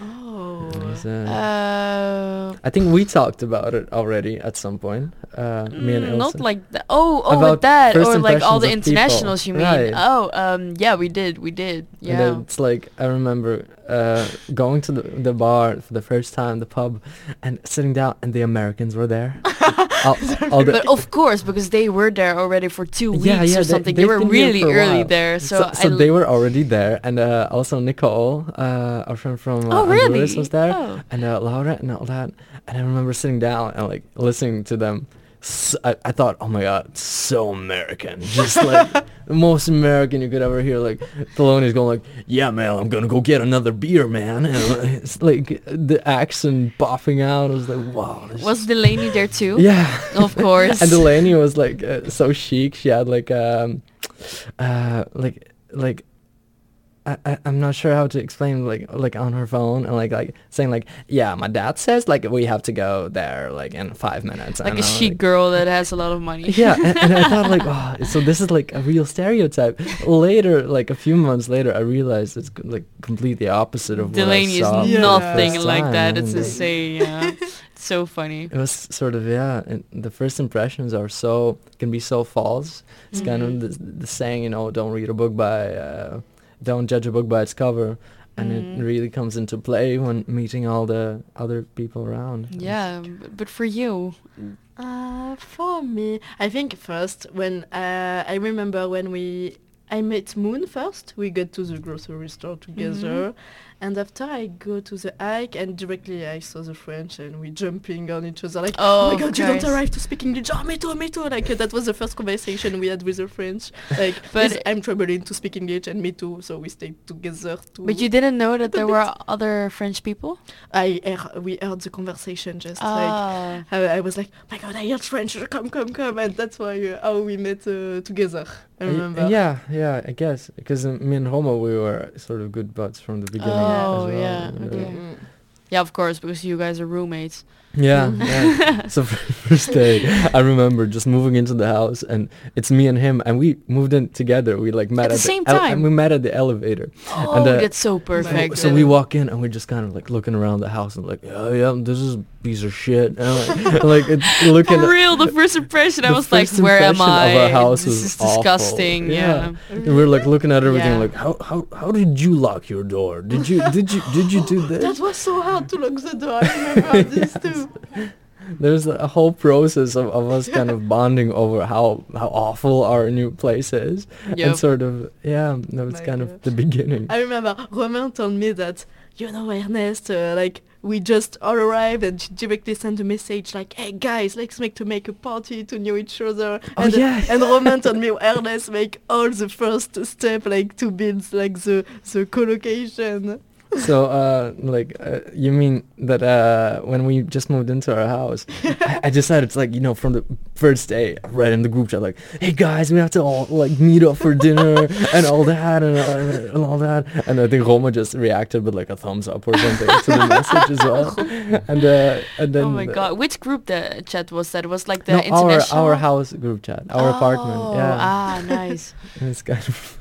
Oh. It was, uh, Uh, I think we talked about it already at some point. Uh, me and mm, not Ilse. like that. Oh, oh, About with that, first or like all the impressions of people. internationals you mean? Right. Oh, um, yeah, we did, we did, And yeah. then it's like I remember uh, going to the, the bar for the first time, the pub, and sitting down, and the Americans were there. all, all the, but of course, because they were there already for two weeks Yeah, yeah, or they- something. They, they've were been here really for a early while. there, so, so, I so l- they were already there, and uh, also Nicole, uh, our friend from uh, Oh, really? Honduras was there, Oh. and uh, Laura and all that. And I remember sitting down and like listening to them. S I I I, thought, oh my god, so American, just like the most American you could ever hear. Like Thelonious going like, yeah, man, I'm gonna go get another beer, man. And uh, it's like the accent popping out. I was like, wow. this- Was Delaney there too? yeah. Of course. and Delaney was like uh, so chic. She had like um, uh, like like. I, I, I'm not sure how to explain like like on her phone and like like saying like yeah my dad says like we have to go there like in five minutes like and a I'm chic girl that has a lot of money. yeah and, and I thought like oh so this is like a real stereotype later like a few months later I realized it's co- like completely opposite of Delaney what I saw is for the nothing first like time, that. It's and- insane. Yeah, it's so funny. it was sort of yeah and the first impressions are so can be so false it's kind Mm-hmm. of the, the saying you know don't read a book by uh, don't judge a book by its cover and it Mhm. really comes into play when meeting all the other people around It's- Yeah, b- but for you, Uh, for me, I think first when uh, I remember when we I met Moon first. We got to the grocery store together, Mm-hmm. and after I go to the hike, and directly I saw the French, and we jumping on each other like, Oh, oh, my god, you don't guys. arrive to speak English. Oh, me too, me too. Like uh, that was the first conversation we had with the French. Like, But- but I'm traveling to speak English, and me too. So we stayed together. To but you didn't know that there were other French people. I hear- we heard the conversation just like Ah, I, I was like, "Oh my god, I heard French, come, come, come, and that's why uh, how we met uh, together. I Y- remember. yeah yeah I guess because me and Homo we were sort of good buds from the beginning Oh, as well, yeah, and, uh, okay. Mm. yeah, of course, because you guys are roommates. Yeah, Mm. yeah. so fir- first day, I remember just moving into the house, and it's me and him, and we moved in together. We like met At at, the same ele- time. and we met at the elevator. Oh, uh, that's so So, perfect. so we walk in, and we're just kind of like looking around the house, and like, yeah, yeah, this is a piece of shit. And, like, like it's looking. For real, the first impression, I the was like, first where am impression I? of our house this is is awful. disgusting. Yeah. Yeah. And we're like looking at everything, Yeah. like, how how how did you lock your door? Did you did you did you do this? That was so hard to lock the door. I remember this too. There's a whole process of, of us kind of bonding over how, how awful our new place is. Yep. And sort of, yeah, that was My kind of God. the beginning. I remember Romain told me that, you know, Ernest, uh, like, we just all arrived and she directly sent a message like, hey guys, let's make to make a party to know each other. Oh, and, uh, yeah. and Romain told me Ernest make all the first step, like, to build, like, the, the collocation. so, uh, like, uh, you mean that uh, when we just moved into our house, I, I decided, it's like, you know, from the first day, I read in the group chat, like, hey guys, we have to all, like, meet up for dinner and all that and, uh, and all that. And I think Roma just reacted with, like, a thumbs up or something to the message as well. And, uh, and then... oh my uh, god, which group the chat was that? Was like the no, our international. our house group chat, our apartment. Oh, Yeah, Ah, nice. And it's kind of.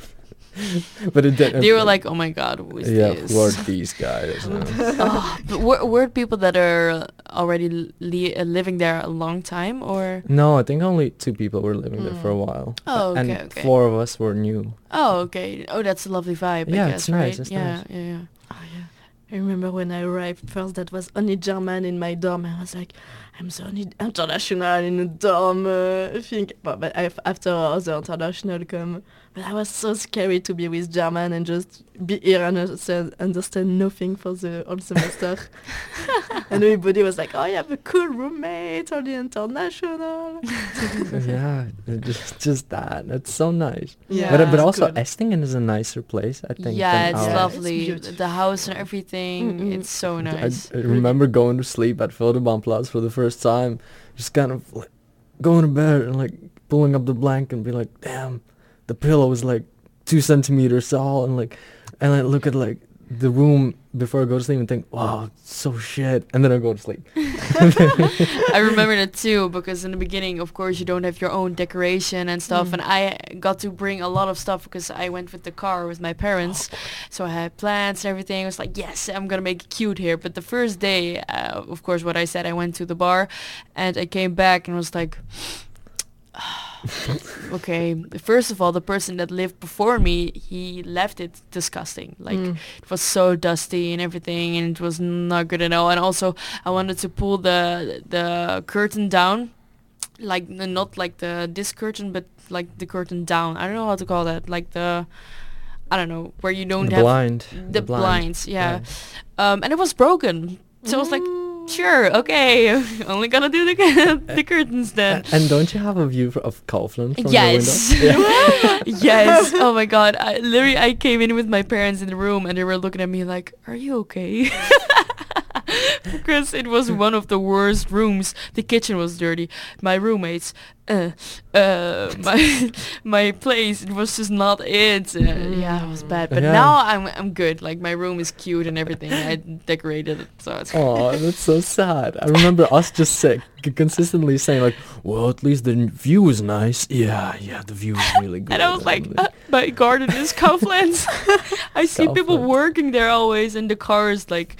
but it did. they were like, oh my god, who is yeah, this? who are these guys? Uh, oh, but were, were it people that are already li- uh, living there a long time or? no, I think only two people were living there for a Mm. while. Oh, and okay, okay. four of us were new. Oh, okay. Oh, that's a lovely vibe. Yeah, I it's guess, nice, Right? it's yeah, nice. yeah, yeah. Oh yeah. I remember when I arrived first, that was only German in my dorm. I was like, I'm the only international in the dorm uh, thing. But, but af- after all the international come, but I was so scary to be with German and just be here and understand, understand nothing for the whole semester. and everybody was like, oh, you have a cool roommate, all the international. yeah, just just that. That's so nice. Yeah, but uh, but it's also good. Estingen is a nicer place, I think. yeah, than it's ours. Yeah, it's lovely. beautiful. the house and everything. Mm-mm. It's so I- nice. I, remember going to sleep at Filderbaumplatz for the first time, just kind of like going to bed and like pulling up the blanket and be like, damn, the pillow is like two centimeters tall and like, and I look at like the room before I go to sleep and think, wow, it's so shit, and then I go to sleep. I remember that too because in the beginning, of course, you don't have your own decoration and stuff. And I got to bring a lot of stuff because I went with the car with my parents, so I had plants and everything. I was like, yes, I'm gonna make it cute here. But the first day, uh, of course, what I said, I went to the bar, and I came back and was like. okay first of all the person that lived before me he left it disgusting like Mm. it was so dusty and everything and it was not good at all and also i wanted to pull the the curtain down like n- not like the this curtain but like the curtain down i don't know how to call that like the i don't know where you don't the have blind. the, blinds yeah um and it was broken so i was like sure okay only gonna do the, cu- the curtains then A- And don't you have a view fr- of Kaufland from yes your window? yes oh my god I, literally i came in with my parents in the room and they were looking at me like are you okay because it was one of the worst rooms the kitchen was dirty my roommates uh, uh, my my place it was just not it uh, yeah it was bad but Yeah. now I'm, I'm good like my room is cute and everything i decorated it so it's Oh, that's so sad. I remember us just say, c- consistently saying like, "Well, at least the n- view is nice." Yeah, yeah, the view is really good. And I was I'm like, uh, my garden is Kaufland's. I see people Kaufland. working there always, and the cars like,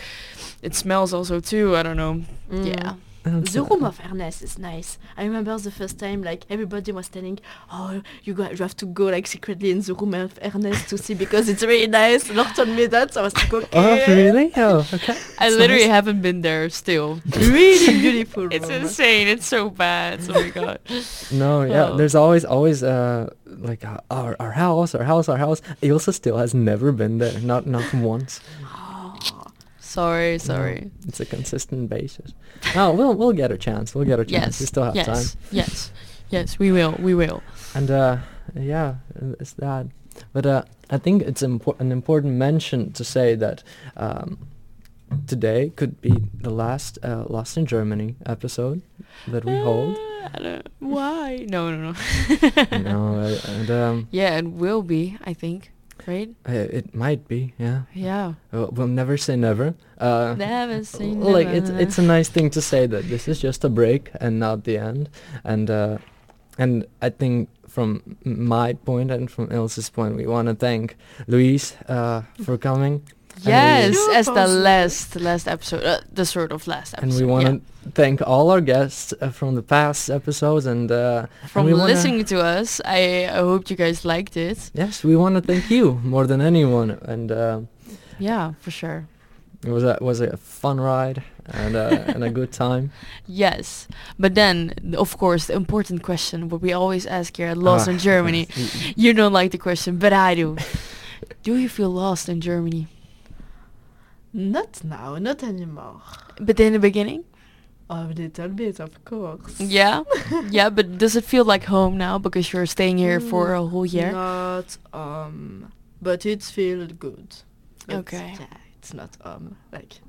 it smells also too. I don't know. Mm. Yeah. The room of Ernest is nice. I remember the first time, like everybody was telling, "Oh, you got you have to go like secretly in the room of Ernest to see because it's really nice." Lord told me that, so I was like, Oh, "Okay, really? Oh, okay. I literally haven't been there still. really beautiful room." It's insane. It's so bad. Oh my god. No, yeah. Oh. There's always, always, uh, like uh, our our house, our house, our house. Ilsa still has never been there, not not once. Oh, Sorry, sorry. It's a consistent basis. No, we'll we'll get a chance. We'll get a chance. Yes. We still have yes. time. Yes. Yes. We will. We will. And uh, yeah, it's that. But uh, I think it's impor- an important mention to say that um, today could be the last uh, Lost in Germany episode that we hold. Uh, I don't, why? No, no, no. no, uh, and um, Yeah, it will be. I think. right? Uh, it might be, yeah. Yeah. Uh, we'll never say never. Uh, Never say Like it's never. it's a nice thing to say that this is just a break and not the end, and uh, and I think from m- my point and from Ilse's point, we want to thank Luis uh, for coming, Yes, You as the posted. last last episode, uh, the sort of last episode. and we want to thank all our guests uh, from the past episodes, and uh, yeah. from we wanna- listening to us. I, I hope you guys liked it. yes, we want to thank you more than anyone, and. Uh, Yeah, for sure. it was a was a fun ride and uh, and a good time. Yes, but then of course the important question, what we always ask here at Lost Ah, in Germany. yes. You don't like the question, but I do. do you feel lost in Germany? Not now, not anymore. But in the beginning, A little bit, of course. yeah, yeah. But does it feel like home now because you're staying here for a whole year? Not um, but it feels good. But Okay. Yeah, it's not um like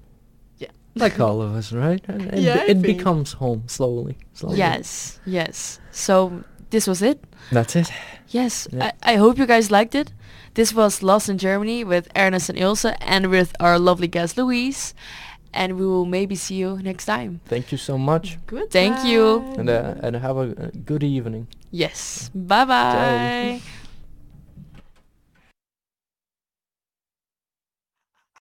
like all of us, right? And it, Yeah, I it think. becomes home slowly, slowly. Yes, yes. So this was it. that's it. Yes, Yeah. I, I hope you guys liked it. This was Lost in Germany with Ernest and Ilse and with our lovely guest Louise. And we will maybe see you next time. Thank you so much, uh, good. Thank you. and uh, and have a, a good evening. Yes. Bye bye.